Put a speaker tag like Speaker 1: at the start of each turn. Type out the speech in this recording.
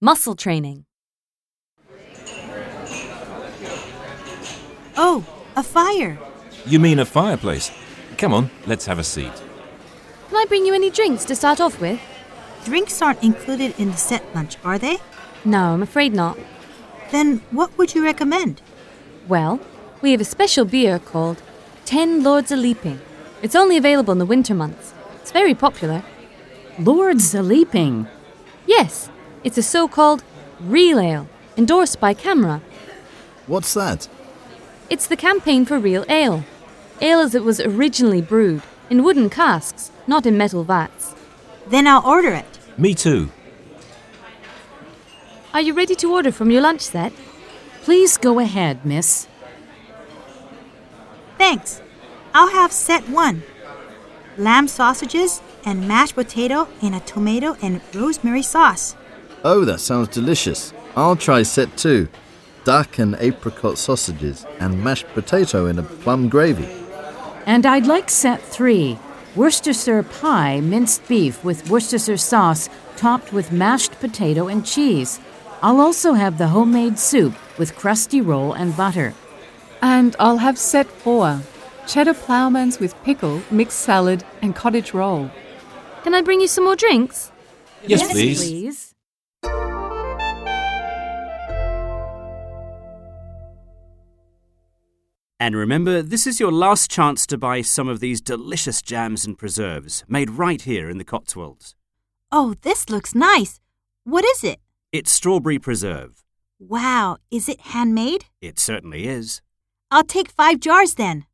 Speaker 1: Muscle training.
Speaker 2: Oh, a fire.
Speaker 3: You mean a fireplace? Come on, let's have a seat.
Speaker 1: Can I bring you any drinks to start off with?
Speaker 2: Drinks aren't included in the set lunch, are they?
Speaker 1: No, I'm afraid not.
Speaker 2: Then what would you recommend?
Speaker 1: Well, we have a special beer called Ten Lords a Leaping. It's only available in the winter months. It's very popular.
Speaker 4: Lords a leaping.
Speaker 1: Yes, it's a so called real ale, endorsed by Camera.
Speaker 5: What's that?
Speaker 1: It's the campaign for real ale. Ale as it was originally brewed, in wooden casks, not in metal vats.
Speaker 2: Then I'll order it.
Speaker 3: Me too.
Speaker 1: Are you ready to order from your lunch set?
Speaker 4: Please go ahead, miss.
Speaker 2: Thanks. I'll have set one lamb sausages and mashed potato and a tomato and rosemary sauce.
Speaker 5: Oh, that sounds delicious. I'll try set two duck and apricot sausages and mashed potato in a plum gravy.
Speaker 4: And I'd like set three Worcestershire pie, minced beef with Worcestershire sauce, topped with mashed potato and cheese. I'll also have the homemade soup with crusty roll and butter.
Speaker 6: And I'll have set four cheddar ploughmans with pickle, mixed salad, and cottage roll.
Speaker 1: Can I bring you some more drinks?
Speaker 3: Yes, please.
Speaker 7: And remember, this is your last chance to buy some of these delicious jams and preserves made right here in the Cotswolds.
Speaker 2: Oh, this looks nice. What is it?
Speaker 7: It's strawberry preserve.
Speaker 2: Wow, is it handmade?
Speaker 7: It certainly is.
Speaker 2: I'll take five jars then.